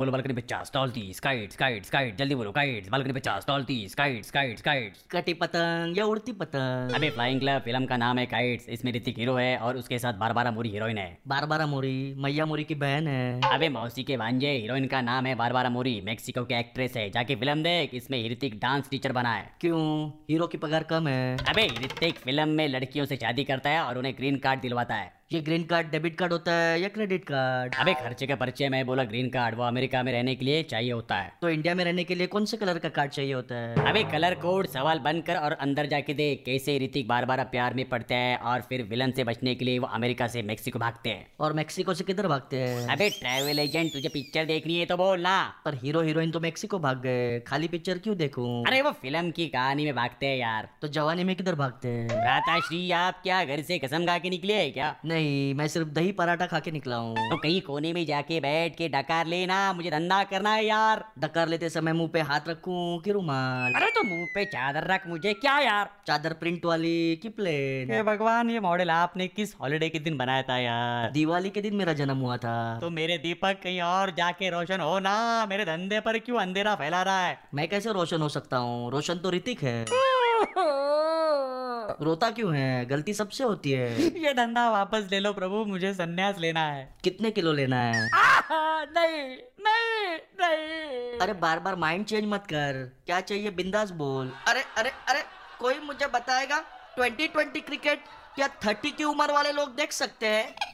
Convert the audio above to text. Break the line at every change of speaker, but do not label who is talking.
बोलो बालकनी पे चार स्टॉल तीस काइट्स काइट्स काइट जल्दी बोलो काइट्स बालकनी पे चार स्टॉल तीस काइट्स काइट्स काइट्स
कटी पतंग या उड़ती पतंग
अबे फ्लाइंग क्लब फिल्म का नाम है काइट्स इसमें ऋतिक हीरो है और उसके साथ बारबारा मोरी हीरोइन है
बार बारा मोरी मैया मोरी की बहन है
अबे मौसी के वांजे हीरोइन का नाम है बारबारा मोरी मेक्सिको की एक्ट्रेस है जाके फिल्म देख इसमें ऋतिक डांस टीचर बना है
क्यों हीरो की पगार कम है
अबे ऋतिक फिल्म में लड़कियों से शादी करता है और उन्हें ग्रीन कार्ड दिलवाता है
ये ग्रीन कार्ड डेबिट कार्ड होता है या क्रेडिट कार्ड
अबे खर्चे के पर्चे में बोला ग्रीन कार्ड वो अमेरिका में रहने के लिए चाहिए होता है
तो इंडिया में रहने के लिए कौन से कलर का कार्ड चाहिए होता है
अबे कलर कोड सवाल बंद कर और अंदर जाके देख कैसे ऋतिक बार बार प्यार में पड़ते हैं और फिर विलन से बचने के लिए वो अमेरिका से मेक्सिको भागते हैं
और मेक्सिको से किधर भागते हैं
अबे ट्रैवल एजेंट तुझे पिक्चर देखनी है तो बोल ना
पर हीरो हीरोइन तो मेक्सिको भाग गए खाली पिक्चर क्यों देखूं
अरे वो फिल्म की कहानी में भागते हैं यार
तो जवानी में किधर भागते हैं
राता श्री आप क्या घर से कसम खा के निकले हैं क्या
नहीं मैं सिर्फ दही पराठा खा के निकला हूँ
तो कहीं कोने में जाके बैठ के डकार लेना मुझे धंधा करना है यार
डकार लेते समय मुंह पे हाथ रखूं कि रुमाल
अरे तो मुंह पे चादर रख मुझे क्या यार
चादर प्रिंट वाली की प्लेन
हे भगवान ये मॉडल आपने किस हॉलीडे के दिन बनाया था यार
दिवाली के दिन मेरा जन्म हुआ था
तो मेरे दीपक कहीं और जाके रोशन हो ना मेरे धंधे पर क्यों अंधेरा फैला रहा है
मैं कैसे रोशन हो सकता हूँ रोशन तो ऋतिक है रोता क्यों है गलती सबसे होती है
ये धंधा वापस ले लो प्रभु मुझे संन्यास लेना है
कितने किलो लेना है
नहीं नहीं नहीं
अरे बार बार माइंड चेंज मत कर क्या चाहिए बिंदास बोल अरे अरे अरे कोई मुझे बताएगा ट्वेंटी ट्वेंटी क्रिकेट या थर्टी की उम्र वाले लोग देख सकते हैं